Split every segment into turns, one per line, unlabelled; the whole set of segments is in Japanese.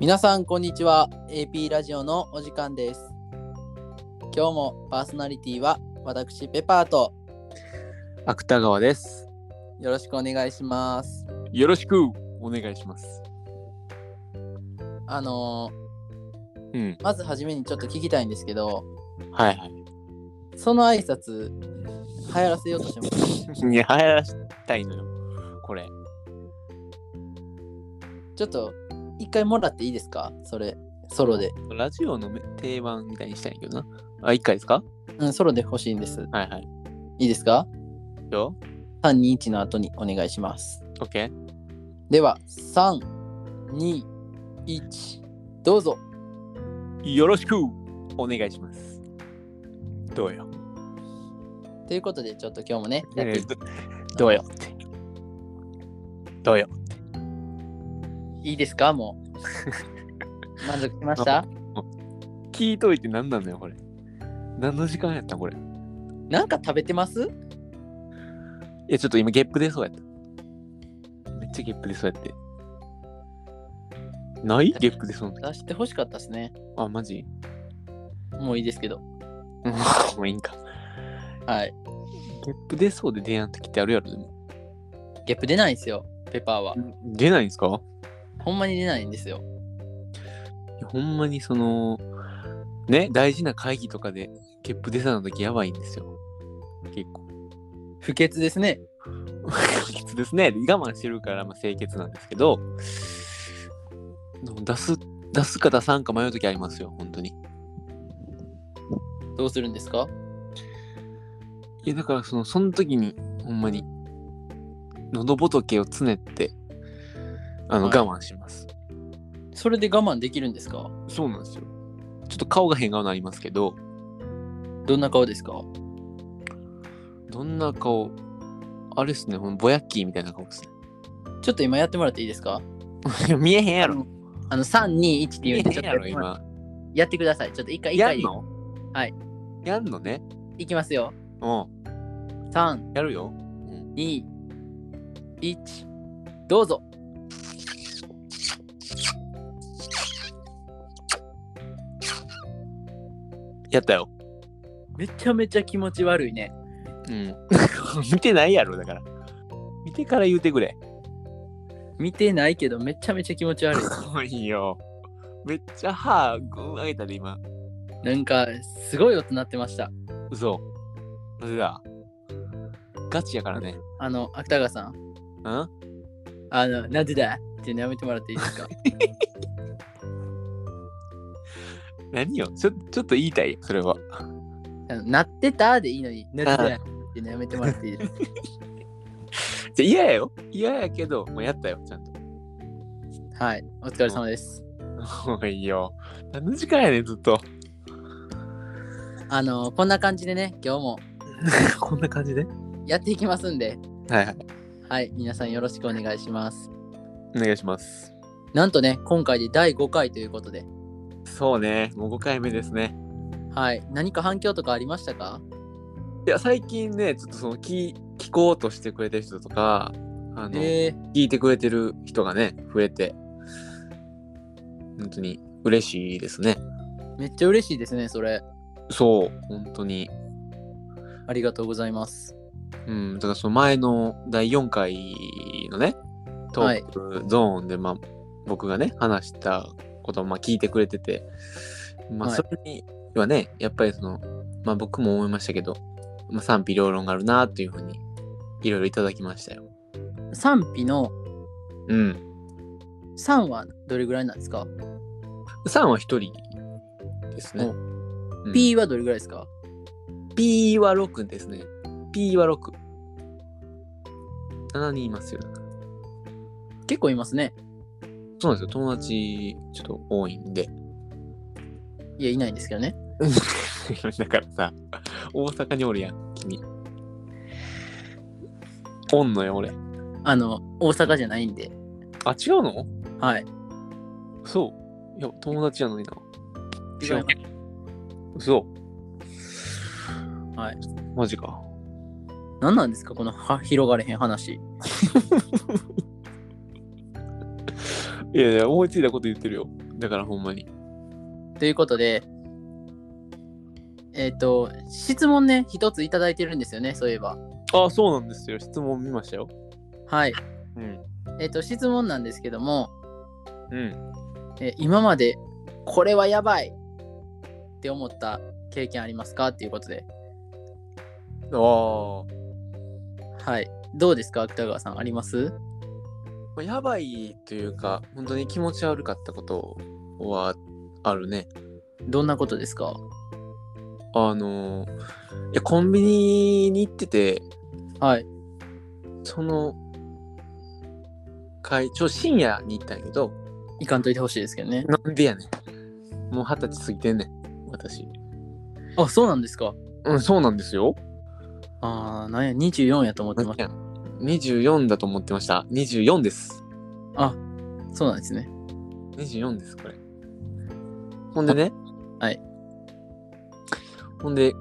皆さんこんにちは AP ラジオのお時間です今日もパーソナリティは私ペパーと
芥川です。
よろしくお願いします
よろしくお願いします。
あの
うん。
ーまずはじめにちょっと聞きたいんですけど
はい は
その挨拶流行らせようとしてます
い。いや、流行らしたいのよ。これ。
ちょっと一回もらっていいですかそれソロで
ラジオのめ定番みたいにしたいんやけどな。あ、一回ですか
うんソロで欲しいんです
はいはい。
いいですか
よ。
321の後にお願いします
オッケー。
では321どうぞ
よろしくお願いします。どうよ。
ということでちょっと今日もねやっていき
どどうよって。どうよ。
いいですかも う。満足しました
聞いといて何なのよ、これ。何の時間やったんこれ。い
なんか食べてます
や、ちょっと今ゲップ出そうやった。めっちゃゲップ出そうやって。ないゲップ出そうな。
出してほしかったですね。
あ、マジ
もういいですけど。
もういいんか。
はい。
ゲップ出そうで出やん時ってあるやろ、でも。
ゲップ出ないんですよ、ペパーは。
出ないんすか
ほんまに出ないんですよ。
いやほんまにその、ね、大事な会議とかでゲップ出そうな時やばいんですよ。結構。
不潔ですね。
きつですね。我慢してるから、まあ、清潔なんですけど、でも出す、出すか出さんか迷う時ありますよ、本当に。
どうするんですか
いや、だからその、その時に、ほんまに、喉仏をつねって、あの、
はい
我慢します。
それで我慢できるんですか
そうなんですよ。ちょっと顔が変顔になりますけど、
どんな顔ですか
どんな顔あれっすね、ほんぼやっきーみたいな顔ですね。
ちょっと今やってもらっていいですか
いや 見えへんやろ。
あの、321って
見
言う
え
んで、
へ
ちょっ
ん
とや
や
っ
ろ、
てもら
今。
やってください。ちょっと一回、一
や
回
ん、の
はい。
やんのね。
いきますよ。
うん。
3、
やるよ。
2、1、どうぞ。
やったよ。
めちゃめちゃ気持ち悪いね。
うん。 見てないやろ、だから。見てから言うてくれ。
見てないけど、めちゃめちゃ気持ち悪い。
もういいよ。めっちゃ歯ぐん上げたで、今。
なんかすごい音鳴ってました。
嘘。なぜだガチやからね。
あの、芥川さん、
うん
あの、なんでだっていうのやめてもらっていいですか
何よちょちょっと言いたい、それは。
あの鳴ってたでいいのに、なんでだっていうのやめてもらっていい ですか
じゃ嫌やよ。嫌やけど、もうやったよ、ちゃんと。
はい、お疲れ様です。
もういいよ。何の時間やねん、ずっと。
あの、こんな感じでね、今日も
こんな感じで
やっていきますんで、
はいはい。
はい、皆さんよろしくお願いします。
お願いします。
なんとね、今回で第5回ということで、
そうね、もう5回目ですね。
はい、何か反響とかありましたか
いや、最近ね、ちょっとその聞、聞こうとしてくれてる人とか、あの、
え
聞いてくれてる人がね、増えて、本当に嬉しいですね。
ー、めっちゃ嬉しいですね、それ。
そう、本当に。
ありがとうございます。
うん、だからその前の第4回のね、ト
はい
ークゾーンで、まあ、僕がね、話したことをまあ聞いてくれてて、まあ、
はい
それにはね、やっぱりその、まあ、僕も思いましたけど、まあ、賛否両論があるなというふうに、いろいろいただきましたよ。
賛否の
うん。
3はどれぐらいなんですか、
3は1人ですね。
お
うん
?P はどれぐらいですか
P は6ですね。P は6。7人いますよ。だから
結構いますね。
そうなんですよ。友達、ちょっと多いんで。
いや、いないんですけどね。
だからさ、大阪におるやん、君。おんのよ、俺。
あの、大阪じゃないんで。
あ、違うの
はい。
そう。いや、友達やのにな。
違います
嘘。
はい。
マジか。
何なんですかこのは広がれへん話。
いやいや、思いついたこと言ってるよ。だからほんまに。
ということで、えっ、と、質問ね、一ついただいてるんですよね、そういえば。
ああ、そうなんですよ。質問見ましたよ。
はい。
うん。
えっ、と、質問なんですけども、
うん。
えー今までこれはやばいって思った経験ありますかっていうことで、
ああ。
はい。どうですか、芥川さん、あります
まあやばいというか、本当に気持ち悪かったことはあるね。
どんなことですか
あのー、いや、コンビニに行ってて、
はい。
その、会ちょ深夜に行ったんやけど、
いかんといてほしいですけどね。
なんでやねん。もう二十歳過ぎてんねん、私。
あ、そうなんですか。
うん、そうなんですよ。
ああ、なんや、24やと思ってまし
24だと思ってました。24です。
た。あ、そうなんですね。
24です、これ。ほんでね。
はい。
ほんで、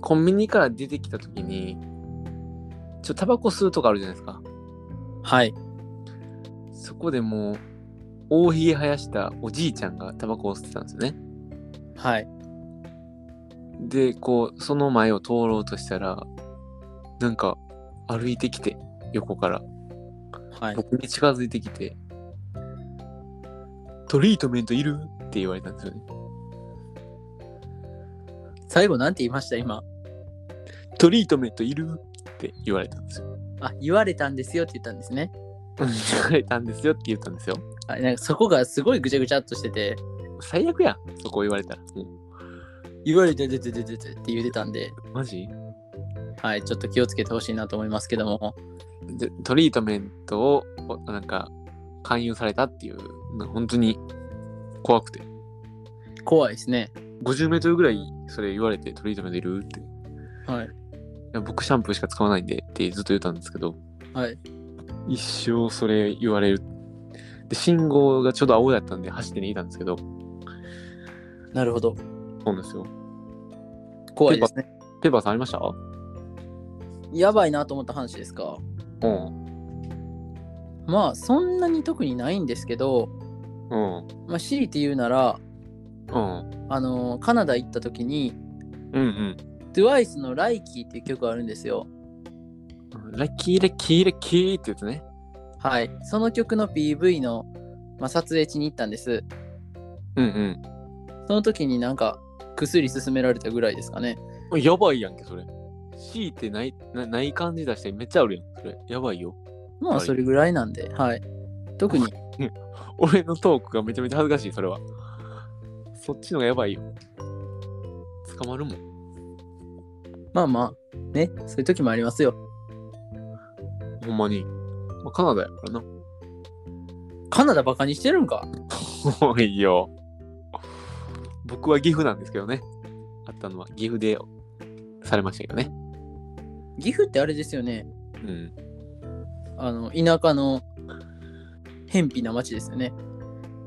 コンビニから出てきたときに、ちょ、タバコ吸うとこあるじゃないですか。
はい。
そこでもう、大ひげ生やしたおじいちゃんがタバコを吸ってたんですよね。
はい。
で、こう、その前を通ろうとしたら、なんか、歩いてきて、横から。
はい。
僕に近づいてきて、トリートメントいるって言われたんですよね。
最後、なんて言いました、今。
トリートメントいるって言われたんですよ。
あ、言われたんですよって言ったんですね。
言われたんですよって言ったんですよ。
あなんかそこがすごいぐちゃぐちゃっとしてて、
最悪やん、そこ言われたら。もう
言われててててててって言ってたんで、
マジ
はい、ちょっと気をつけてほしいなと思いますけども、
でトリートメントをおなんか勧誘されたっていう、な本当に怖くて。
怖いですね。
50メートルぐらいそれ言われてトリートメントいるって。い
はい。
や僕シャンプーしか使わないんでってずっと言ったんですけど、
はい。
一生それ言われる。で、信号がちょうど青だったんで走って逃げたんですけど、
なるほど。
そうなんですよ。
怖いですね。
ペーパーさんありました
やばいなと思った話ですか。
うん。
まあ、そんなに特にないんですけど、
うん。
まあ、強いて言うなら、
うん。
あのカナダ行った時に、
うんうん。
TWICE の「ライキー」っていう曲があるんですよ。
ラッキーラッキーラッキーってやつね。
はい。その曲の PV の、まあ、撮影地に行ったんです。
うん
その時になんか薬勧められたぐらいですかね。
うん。やばいやんけ、それ。強いてない、なない感じ出してめっちゃあるやん。それ、やばいよ。
ま
は
あ
い
それぐらいなんで、はい。特に、
俺のトークがめちゃめちゃ恥ずかしい、それは。そっちのがやばいよ。捕まるもん。
まあまあ、ね、そういう時もありますよ。
ほんまに。まあ、カナダやからな。
カナダバカにしてるんか
多いよ。僕は岐阜なんですけどね。あったのは岐阜でされましたけどね。
岐阜ってあれですよね。
うん。
あの、田舎の、偏僻な町ですよね。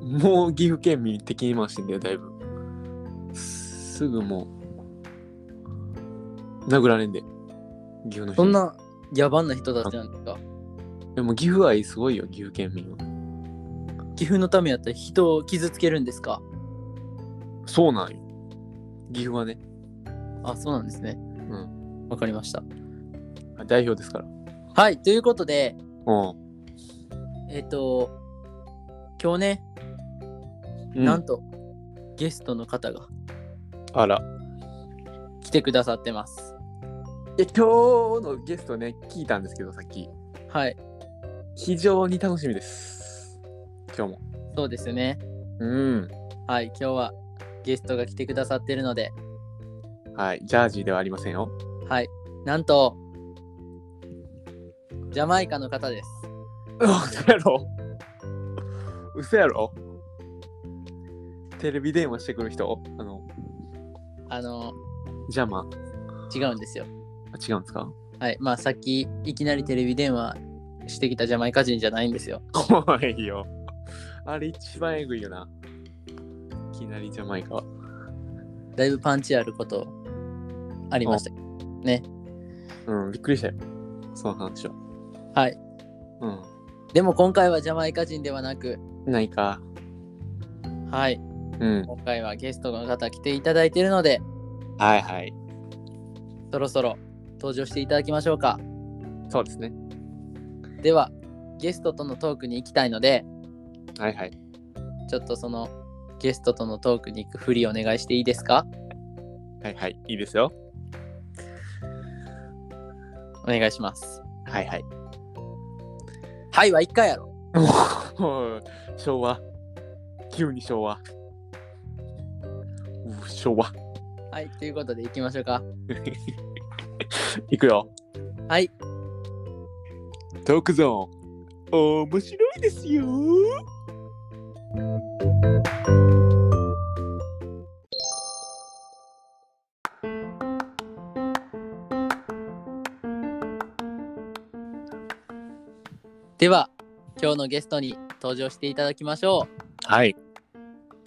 もう岐阜県民敵に回してんだよ、だいぶ。すぐもう、殴られんで。岐阜の人。
そんな野蛮な人たちなんですか
でも岐阜愛すごいよ、岐阜県民は。
岐阜のためやったら人を傷つけるんですか
そうなんよ。岐阜はね、
あ、そうなんですね。
ん
わかりました。
代表ですから。
はい、ということで、
うん。
えっ、と、今日ね、なんと、ゲストの方が
あら。
来てくださってます。
え、今日のゲストね、聞いたんですけど、さっき。
はい、
非常に楽しみです。今日も。
そうですね。
うん。
はい、今日はゲストが来てくださってるので、
はい、ジャージーではありませんよ。
はい、なんと、ジャマイカの方です。
嘘やろ嘘やろテレビ電話してくる人あの、
あの、
邪魔。あ、
違うんですよ。
違うんですか
はい、まあさっきいきなりテレビ電話してきたジャマイカ人じゃないんですよ。
怖いよ。あれ一番えぐいよな。いきなりジャマイカは。
だいぶパンチあることありました。
うん、びっくりしたよ。その話は。
はい、
う
でも今回はジャマイカ人ではなく、
ん。ないか。
はい。
うん。
今回はゲストの方来ていただいているので、
はいはい。
そろそろ登場していただきましょうか。
そうですね。
では、ゲストとのトークに行きたいので、
はいはい。
ちょっとそのゲストとのトークに行くふりお願いしていいですか
はいはい。いいですよ。
お願いします。
はいはい。
はいは一回やろ。
もう昭和。急に昭和。う昭和。
はい、ということで行きましょうか。
いくよ。
はい。
トークゾーン。面白いですよ。
では、今日のゲストに登場していただきましょう。
はい。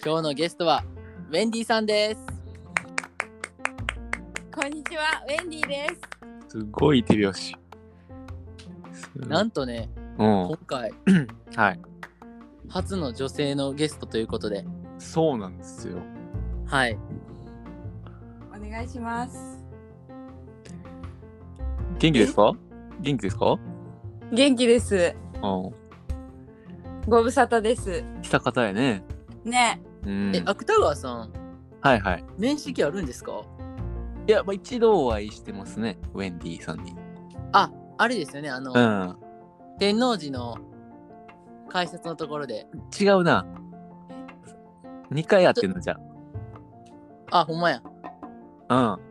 今日のゲストは、ウェンディさんです。
こんにちは、ウェンディです。
すごい手拍子。
なんとね、
うん。
今回、
はい。
初の女性のゲストということで、
そうなんですよ。
はい。
お願いします。
元気ですか元気ですか
元気です。
うん。
ご無沙汰です。
した方やね。
ね、
うん
え、芥川さん、
はいはい。
面識あるんですか
いや、まあ、一度お会いしてますね。ウェンディさんに。
あ、あれですよね、あの、
うん。
天王寺の解説のところで、
違うな。2回やってんのじゃ
あ、ほんまや。
あ。うん。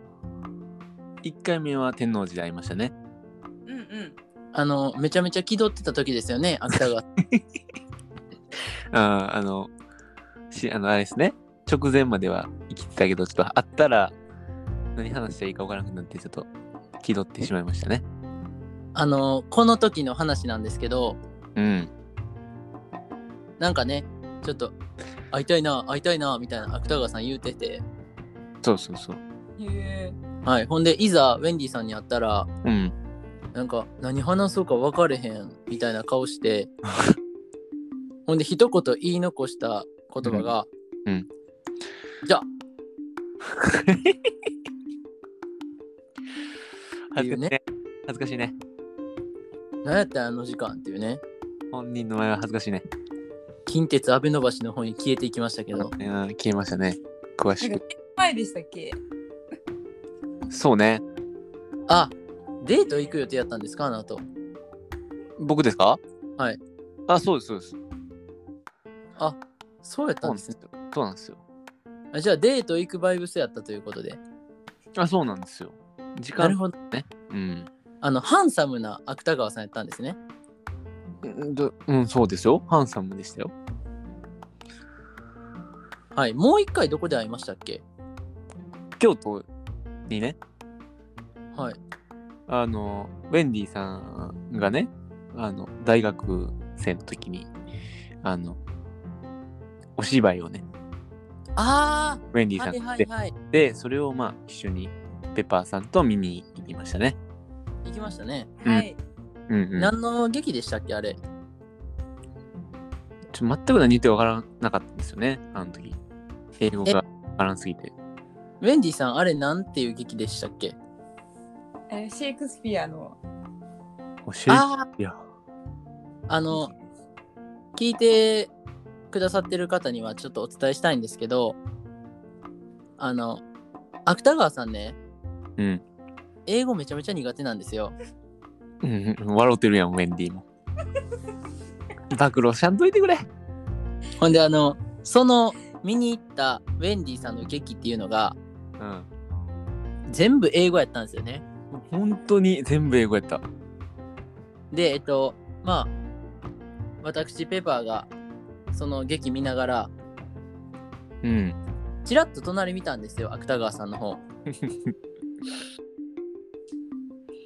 1回目は天王寺で会いましたね。
うんうん。
あの、めちゃめちゃ気取ってた時ですよね、芥川さん。
ああの、し、あの、あれですね。直前までは生きてたけど、ちょっと会ったら何話したらいいか分からなくなって、ちょっと気取ってしまいましたね。
あの、この時の話なんですけど、
うん。
なんかね、ちょっと、会いたいな、会いたいな、みたいな芥川さん言うてて、
そうそうそう。
へえ。
はい、ほんで、いざ、ウェンディさんに会ったら、
うん。
なんか、何話そうか分かれへん、みたいな顔 して、ほんで、一言言い残した言葉が、
うんうん
じゃあ、
恥ずかしい
っ
ね。恥ずかしいね。
何やったんあの時間っていうね、
本人の前は恥ずかしいね。
近鉄安倍伸ばしの方に消えていきましたけど、
いやー消えましたね。詳し
なん
く
か。前でしたっけ？
そうね。
あ、デート行く予定やったんですか、あの後。
僕ですか
はい。
あ、そうです、そうです。
そうやった
そうんな
で
んですす
ね。
よ。そうなんですよ。
あじゃあ、デート行くバイブスやったということで。
あ、そうなんですよ。時
なる
間、
ほど。
うん。
あの、ハンサムな芥川さんやったんですね。
うんどうん、そうですよ。ハンサムでしたよ。
はい、もう一回どこで会いましたっけ
京都にね、
はい。
あの、ウェンディさんがね、あの、大学生の時に、あの、お芝居をね、
あ
ウェンディ
あ、
さん
は
が
い
やって、
はいはい。
で、それをまあ、一緒に、ペッパーさんと見に行きましたね。
行きましたね。
うん
はい。
うん、うん。
何の劇でしたっけあれ。
ちょ全く何言って分からなかったんですよね、あの時。英語が分からんすぎて。
ウェンディさん、あれなんていう劇でしたっけ
えーシェイクスピアの。
教え
あ
いや。
あ、あの、聞いてくださってる方にはちょっとお伝えしたいんですけど、あの、芥川さんね、
うん。
英語めちゃめちゃ苦手なんですよ。
うん、うん笑うてるやん、ウェンディも。暴露しゃんといてくれ。
ほんで、あの、その見に行ったウェンディさんの劇っていうのが、
うん。
全部英語やったんですよね。
本当に全部英語やった。
で、えっと、まあ、私、ペパーが、その劇見ながら、
うん。
ちらっと隣見たんですよ、芥川さんの方。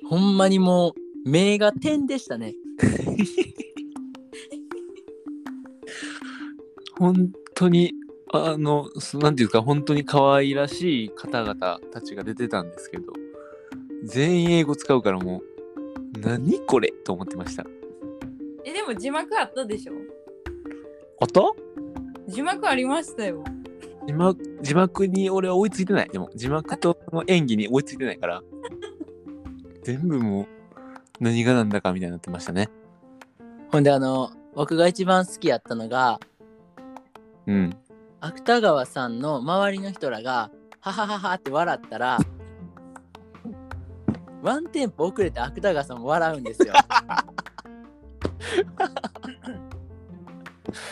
ほんまにもう、目が点でしたね。
本当に、あの、そなんていうか、本当に可愛らしい方々たちが出てたんですけど、全員英語使うからもう、何これと思ってました。
えでも字幕あったでしょ？
あった
字幕ありましたよ。
字幕字幕に俺は追いついてないでも字幕とその演技に追いついてないから全部もう何がなんだかみたいになってましたね
ほんであの僕が一番好きやったのが
うん
芥川さんの周りの人らが「はははは」って笑ったらワンテンポ遅れて芥川さんも笑うん ですよ。
ち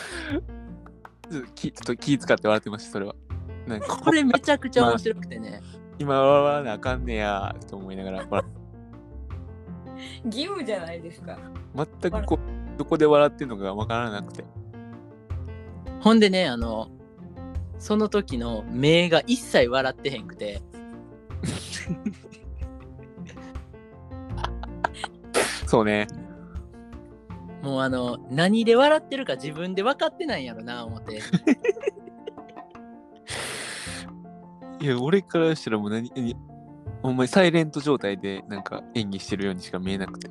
ょっと気ちょっと気使って笑ってましたそれはなんか
これめちゃくちゃ面白くてね。
今笑わなあかんねやと思いながら笑
義務じゃないですか。
全くこうどこで笑ってるのかが分からなくて
ほんでねあのその時の目が一切笑ってへんくて
そうね
もうあの何で笑ってるか自分で分かってないんやろな思って。
いや俺からしたらもう何何お前サイレント状態でなんか演技してるようにしか見えなくて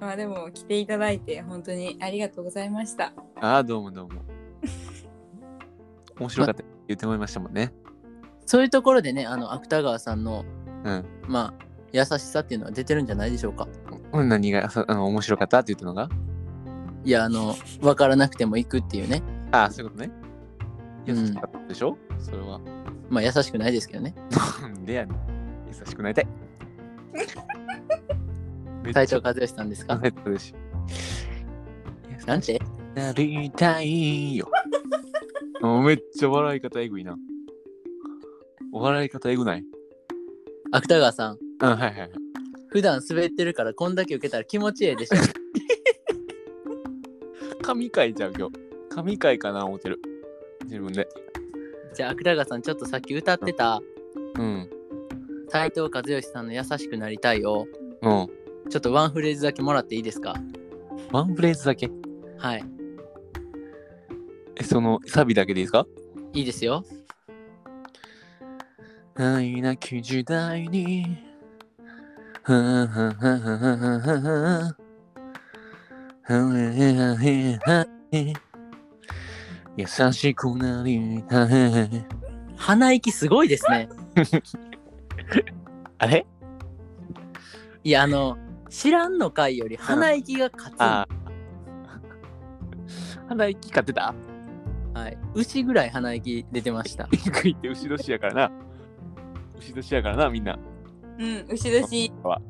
まあでも来ていただいて本当にありがとうございました。
ああどうもどうも面白かったって言ってもらいましたもんね
そういうところでねあの芥川さんの
うん
まあ優しさっていうのは出てるんじゃないでしょうか。
うん何がそあの面白かったって言ったのが
いやあの分からなくても行くっていうね
ああそういうことね優
うん
しかったでしょ、それは
まあ優しくないですけどね
なんでやねん優しくなり たいめっちゃ
隊長和義さんです か
めっちゃ嬉しい
なんて
なりたいよ。 あめっちゃ笑い方えぐいな。お笑い方えぐない
芥川さん
あはいはいはい。
普段滑ってるからこんだけ受けたら気持ちええで しょ
神回じゃん今日。神回かな思ってる。自分で。
じゃあ芥川さんちょっとさっき歌ってた
うん。
斎藤和義さんの「優しくなりたい」を
うん。
ちょっとワンフレーズだけもらっていいですか
ワンフレーズだけ。
はい
え、そのサビだけでいいですか
いいですよ
愛なき時代に。はぁはぁはぁはぁはぁはぁ優しくなりたい。
鼻息すごいですね
あれ
いやあの知らんの回より鼻息が勝つ、
ああ。鼻息買ってた
はい、牛ぐらい鼻息出てました
低いって牛年やからな。牛年やからな、みんな。
うん、牛年。
は。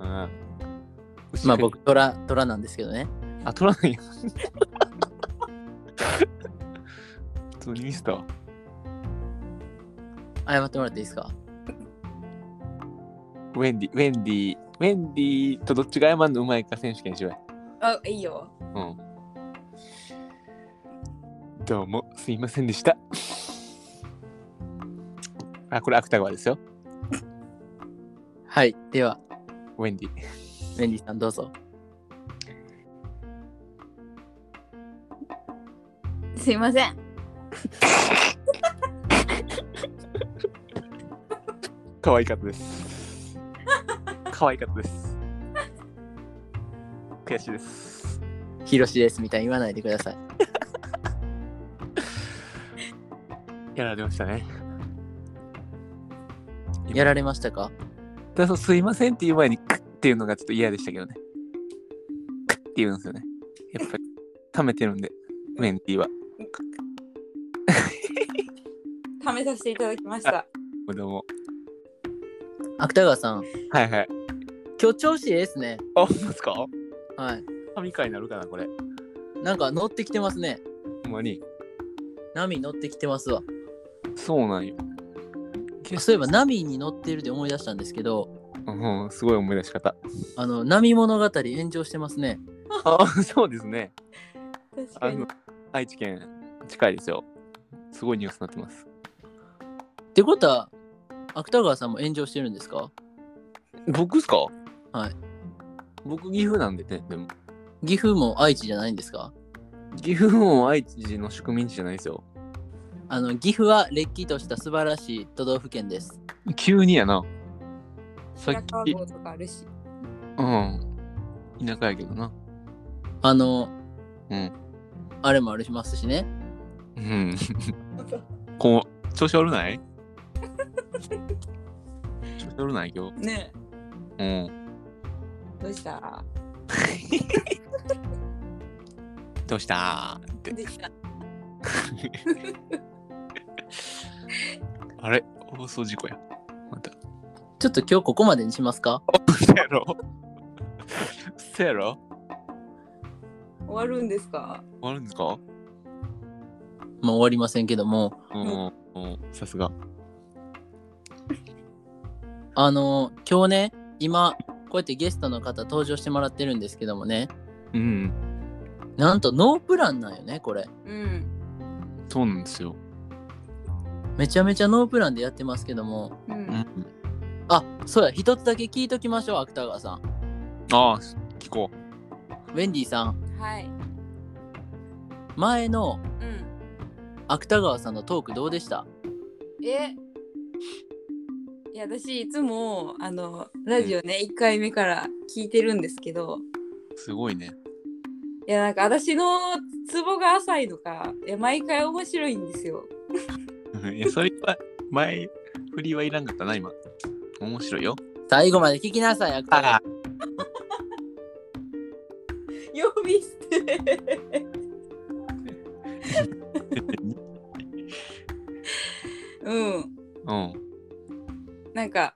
うん。牛
まあ。僕虎虎なんですけどね
あ、取らないよ。普通にミスったわ。
謝ってもらっていいですか
ウェンディ、ウェンディ、ウェンディとどっちが謝るのうまいか選手権しようや。
あ、いいよ。
うん。どうも、すいませんでした。あ、これ芥川ですよ。
はいでは
ウェンディ。
メンディーさんどうぞ
すいません。
可愛かったです。可愛かったです。悔しいです。
ヒロシですみたいに言わないでください。
やられましたね。今
やられましたか
ただそうすいませんっていう前にクッっていうのがちょっと嫌でしたけどね。クッって言うんですよね。やっぱり溜めてるんで、メンティーは。
試させていただきました。
どうも。
芥川さん、
はいはい。
今日調子いいですね。
あ、ほんますか
はい。
神回になるかな、これ。
なんか乗ってきてますね。
ほんまに。
波乗ってきてますわ。
そうなんよ。
そういえば波に乗ってるで思い出したんですけど、
うん、すごい思い出し方。
あの、波物語炎上してますね。
あ、そうですね。
確か
あ
に
の。愛知県近いですよ。すごいニュースになってます。
ってことは、芥川さんも炎上してるんですか
僕っすか
はい。
僕、岐阜なんでね、でも。
岐阜も愛知じゃないんですか
岐阜も愛知の宿民地じゃないですよ。
あの、岐阜はれっきとした素晴らしい都道府県です。
急にやな。さ
白
っ
川
き、
郷とかあるし。
うん。田舎やけどな。
あの、
うん。
あれもありますしね。
うん。こう、調子悪ない調子悪ない今日。
ね
うん。
えどうした
どうしたーって。
でした
あれ放送事故や。また。
ちょっと今日ここまでにしますか
せやろせやろ
終わるんですか
終わるんですか
まあ終わりませんけども、
うん。うんさすが。
あの、今日ね、今、こうやってゲストの方登場してもらってるんですけどもね、
うん。
なんとノープランなんよね、これ。
うん
そうなんですよ。
めちゃめちゃノープランでやってますけども、
う
うんん。
あ、そうや、一つだけ聞いときましょう、芥川さん。
ああ、聞こう。
ウェンディさん、
はい
前の
うん
芥川さんのトークどうでした
えいや私いつもあのラジオね、一1回目から聞いてるんですけど
すごいね。
いやなんか私のツボが浅いのかいや毎回面白いんですよ
いや、それは、前、振りはいらんかったな、今。面白いよ。
最後まで聞きなさい、芥川。
呼び捨て うん
うん。
なんか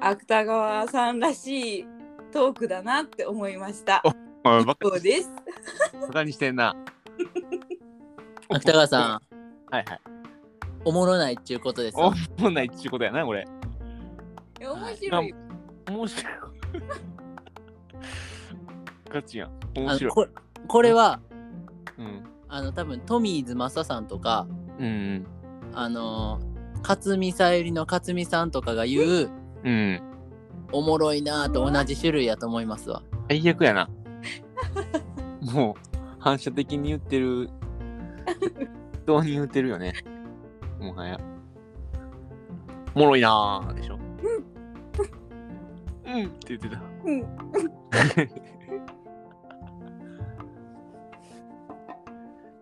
芥川さんらしいトークだなって思いました。
あ
以上です。
バカにしてんな。
芥川さん、
はいはい。
おもろないっていうことですよ。
おもんないっちゅうことやな、これ。
いや面白いよ。
面白い。ガチやん。
あ
面
の
白い。
ここれは、
うん。
あの、多分トミーズ・マサさんとか、
うん。
あのー、勝見さゆりの勝見さんとかが言う、
うん。
おもろいなぁと同じ種類やと思いますわ。
最悪やな。もう、反射的に言ってる。どうに言ってるよね。もはや。おもろいなーでしょ。うん。うんって言ってた。
うん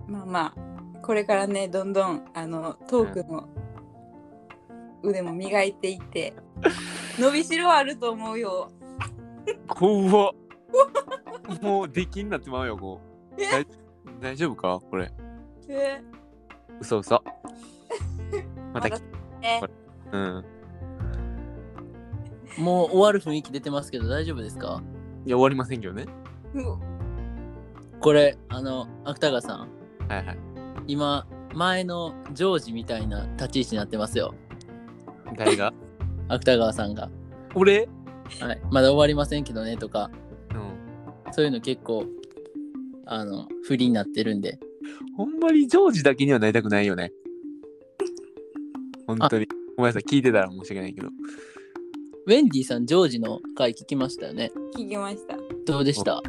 まあまあこれからねどんどんあのトークの腕も磨いていって伸びしろあると思うよ。
怖っもう出禁になってまうよこう大大丈夫かこれ
え
嘘 嘘また
まだ
き
ね
うん
もう終わる雰囲気出てますけど大丈夫ですか
いや終わりませんけどね
うん
これ、あの、芥川さん、
はいはい
今、前のジョージみたいな立ち位置になってますよ。
誰が
芥川さんが。
俺
はい、まだ終わりませんけどねとか、
うん
そういうの結構、あの、不利になってるんで。
ほんまにジョージだけにはなりたくないよね本当にごめんなさい聞いてたら申し訳ないけど
ウェンディさん、ジョージの回聞きましたよね。
聞きました。
どうでした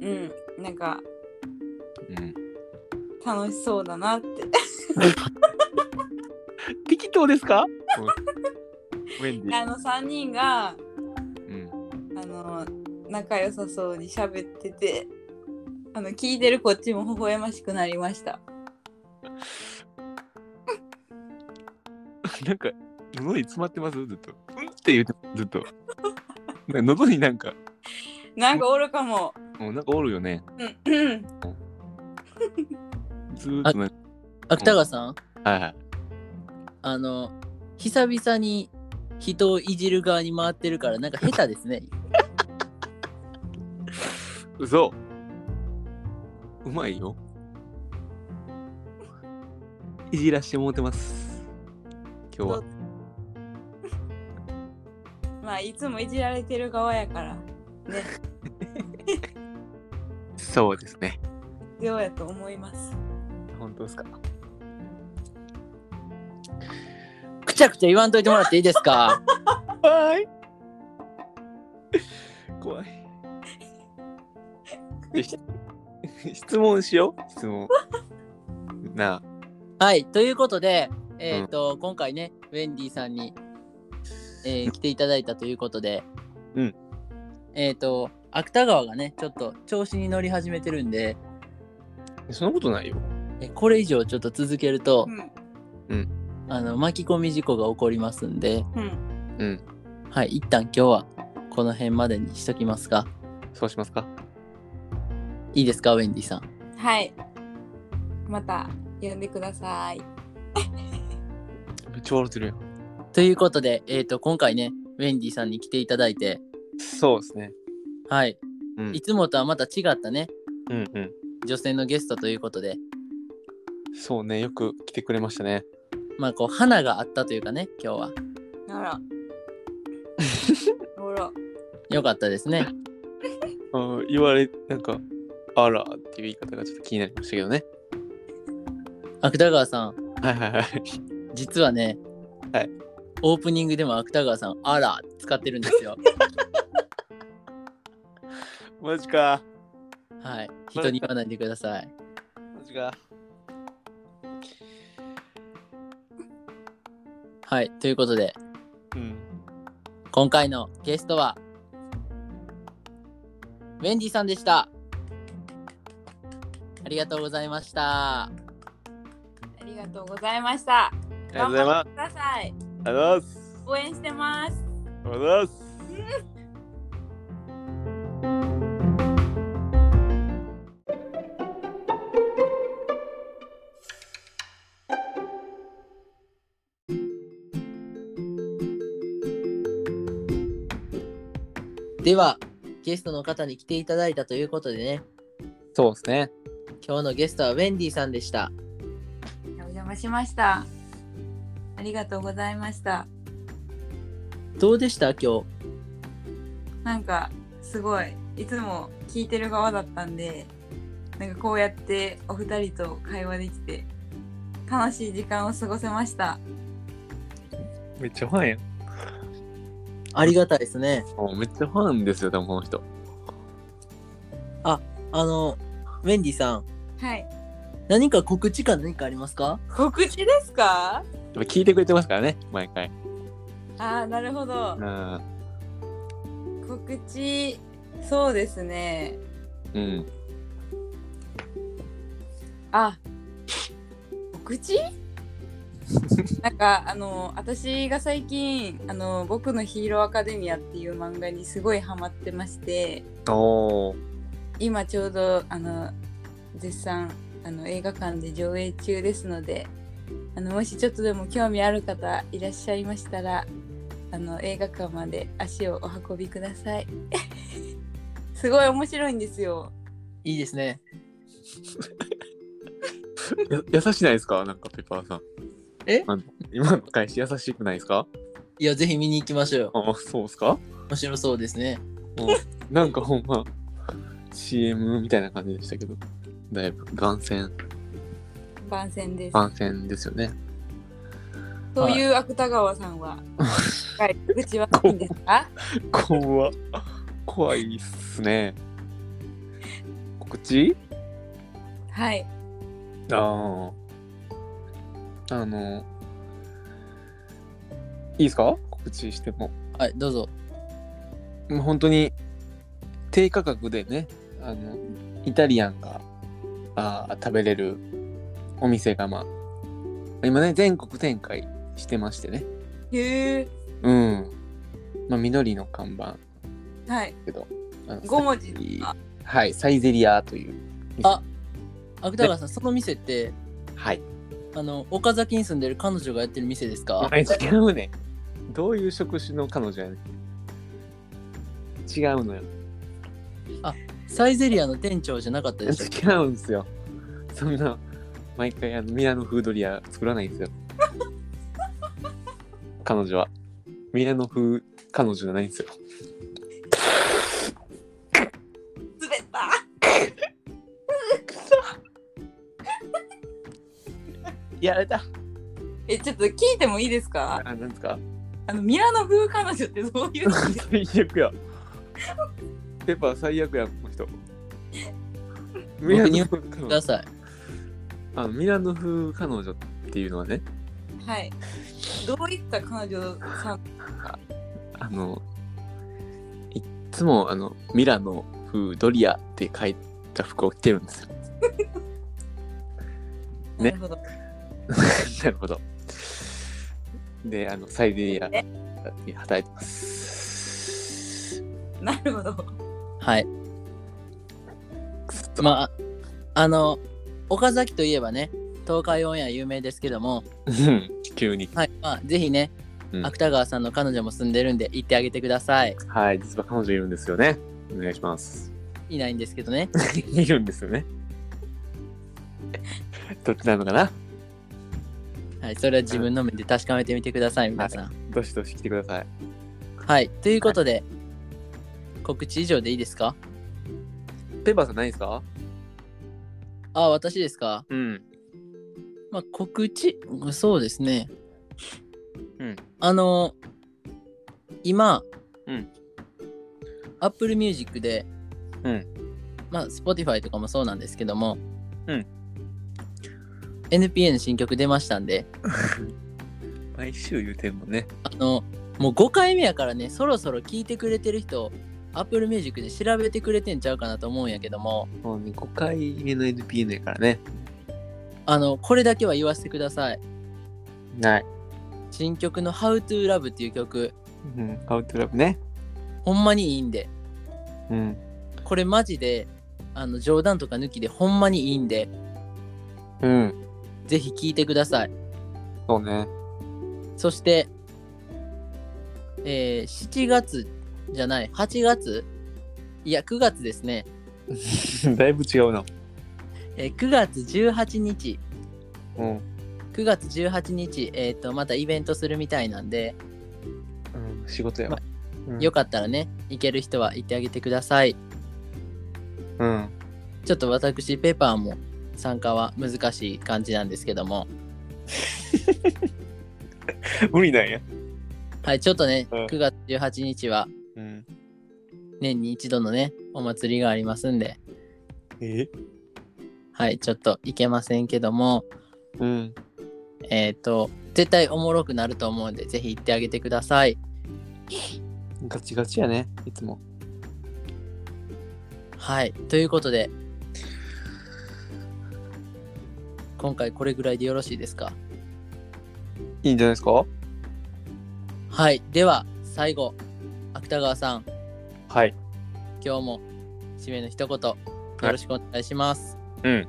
うんなんか
うん
楽しそうだなって。
適当ですかウェンディ
あの3人が
うん
あの仲良さそうに喋っててあの聞いてるこっちも微笑ましくなりました
なんか喉に詰まってますずっとうんって言ってずっ となんか喉になんか
なんかおるかも
うんなんかおるよね
うんうん
ずーっとなんか
芥川さん、
はいはい
あの、久々に人をいじる側に回ってるから、なんか下手ですね。
嘘うまいよいじらしてもうてます今日は
まあいつもいじられてる側やから
そうですね
ようやと思います
本当ですか
くちゃくちゃ言わんといてもらっていいです か
はい怖いでし質問しよう質問 なあ
はい、ということで、えっ、と、今回ね、ウェンディさんに、えー来ていただいたということで、
うん。
えっ、と、芥川がね、ちょっと調子に乗り始めてるんで、
そんなことないよ
いえこれ以上ちょっと続けると、
うん
あの巻き込み事故が起こりますんで、
うん
うん。
はい、一旦今日はこの辺までにしときますが、
そうしますか
いいですか、ウェンディさん。
はいまた呼んでください
めっちゃ笑ってるやん。
ということで、えっ、と、今回ね、ウェンディさんに来ていただいて、
そうですね。
はい、
うん
い。つもとはまた違ったね、
うんうん。
女性のゲストということで、
そうね。よく来てくれましたね。
まあ、こう、花があったというかね、今日は。
あ らほら
よかったですね。
うん、言われ、なんか、あらっていう言い方がちょっと気になりましたけどね。
芥川さん、
はいはいはい。
実はね、
はい
オープニングでも芥川さん、あら、使ってるんです よ。
マジか。
はい。人に言わないでください。
マジか。
はい。ということで、
うん。
今回のゲストは、ウェンディさんでした。ありがとうございました。
ありがとうございました
ありがとう
頑
ござい
張
ま
ってくださ
す。あ
い
りがとうございます。
応援してます
ありがとうございます。
では、ゲストの方に来ていただいたということでね、
そうですね。
今日のゲストはウェンディさんでした。
お邪魔しましたありがとうございました
どうでした今日。
なんかすごいいつも聞いてる側だったんでなんかこうやってお二人と会話できて楽しい時間を過ごせました
めっちゃファンやん。
ありがたいですね。
もうめっちゃファンですよ、多分この人。
あの、ウェンディさん、
はい
何か告知か何かありますか
告知です
や
か
っぱ聞いてくれてますからね、毎回。
あーなるほど
うん。
告知そうですね
うん。
あ告 知なんかあの私が最近あの「僕のヒーローアカデミア」っていう漫画にすごいハマってまして
おー。
今ちょうどあの絶賛あの映画館で上映中ですのであのもしちょっとでも興味ある方いらっしゃいましたらあの映画館まで足をお運びください すごい面白いんですよ
いいですね。
や 優しないですかなんかペッパーさん。
え
あの今の返し優しくないですか
いや、ぜひ見に行きましょうよ。
ああ、そうっすか
面白そうですね。
なんかほんま、CM みたいな感じでしたけど、だいぶ番宣、
番宣です
番宣ですよね。
そういう芥川さんは、はい、告知はいいんですか
怖っ怖いっすね。告知
はい
ああ。あの、いいですか告知しても。
はい、どうぞ。
もう本当に低価格でねあのイタリアンがあー食べれるお店がまあ今ね全国展開してましてね
へえ
うんまあ緑の看板
はい
けどあの
5文字
サ
で
イ
すか
はいサイゼリアという
芥川さん、その店って、
はい
あの、岡崎に住んでる彼女がやってる店ですか
あ違うねどういう職種の彼女やねん違うのよ
サイゼリアの店長じゃなかったでしたっけ
違うんですよそんな毎回あのミラノフードリア作らないんですよ彼女はミラノ風彼女じゃないんですよ
滑った
やれた
えちょっと聞いてもいいです
あ
か
なんですか
あのミラノ風彼女ってどういう
最悪やペッパー最悪やこの人ミラノ風彼
くだ
女
さい。
あのミラノ風彼女っていうのはね
はいどういった彼女さん
あのいっつもあのミラノ風ドリアって書いた服を着てるんですよ
なるほど。
なるほど。で、あの、サイゼリアに働いてます。
なるほど。
はい。まあ、あの、岡崎といえばね、東海オンエア有名ですけども、
うん急に。
はい、まあ、ぜひね、
うん
芥川さんの彼女も住んでるんで、行ってあげてください。
はい、実は彼女いるんですよね。お願いします。
いないんですけどね。
いるんですよね。 どっちなのかな
はい、それは自分の目で確かめてみてください、皆さん。
どしどし来てください。
はい、ということで、告知以上でいいですか
ペーパーさんないですか
あ、私ですか
うん。
まあ、告知、そうですね。
うん。
あの、今、
うん。
Apple Music で、
うん。
まあ、Spotify とかもそうなんですけども、
うん。
NPA の新曲出ましたんで、
毎週言うてんもんね。
あの、もう5回目やからね、そろそろ聴いてくれてる人、Apple Music で調べてくれてんちゃうかなと思うんやけども、
もうね、5回目の NPN やからね。
あの、これだけは言わせてください。
ない。
新曲の How to Love っていう曲、
うん、カウントラブね。
ほんまにいいんで、
うん。
これマジで、あの、冗談とか抜きでほんまにいいんで、
うん。
ぜひ聴いてください。
そうね。
そして、えー7月じゃない、8月いや、9月ですね。
だいぶ違うな。
えー9月18日、
うん。
9月18日、えっ、と、またイベントするみたいなんで、
うん、仕事やわ。うん
よかったらね、行ける人は行ってあげてください。
うん。
ちょっと私、ペーパーも参加は難しい感じなんですけども、
無理なんや。
はい、ちょっとね、
うん
9月18日は
うん。
年に一度のね、お祭りがありますんで、
え
はい、ちょっと行けませんけども、
うん。
えっ、と、絶対おもろくなると思うんで、ぜひ行ってあげてください。
ガチガチやね、いつも。
はい。ということで、今回これぐらいでよろしいですか
いいんじゃないですか
はい。では、最後、芥川さん、
はい。
今日も締めの一言、よろしくお願いします。
うん。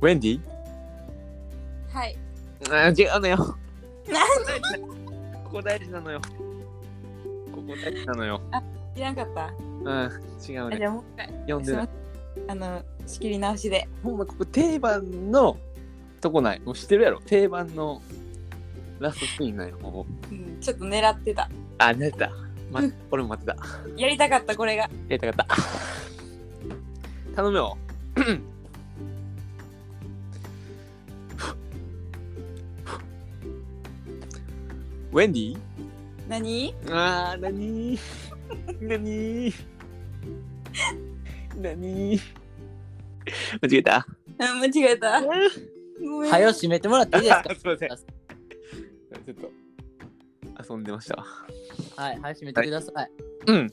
ウェンディ
はい。
あー違うのよ。こ こ大事なのよ。ここ大事なのよ。
いらんかった。
うん、違う
あじ
ね。
ゃあもう一回。
読んでない。
あの、仕切り直しで。
ほんまここ定番のとこない。もう知ってるやろ。定番のラストシーンなんよ。もう
うん、ちょっと狙ってた。
あ、なった。ま、俺も待ってた。
やりたかった、これが。
やりたかった。頼むよ。ウェンディ
何
あー、なにーなにーなにー間違え た。
うん間違えた。
あ
ごめん
はよ、締めてもらっていいですか
すいません。ちょっと遊んでましたわ。
はい。はい、締めてください。
うん。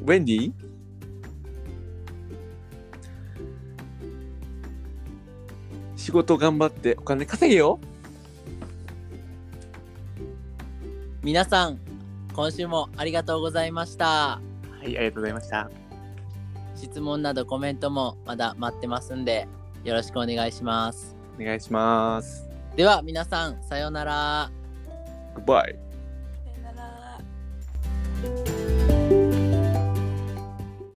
ウェンディ仕事頑張ってお金稼げよ
皆さん、今週もありがとうございました。
はい、ありがとうございました。
質問などコメントもまだ待ってますんで、よろしくお願いします。
お願いします。
では皆さんさようなら。
Goodbye.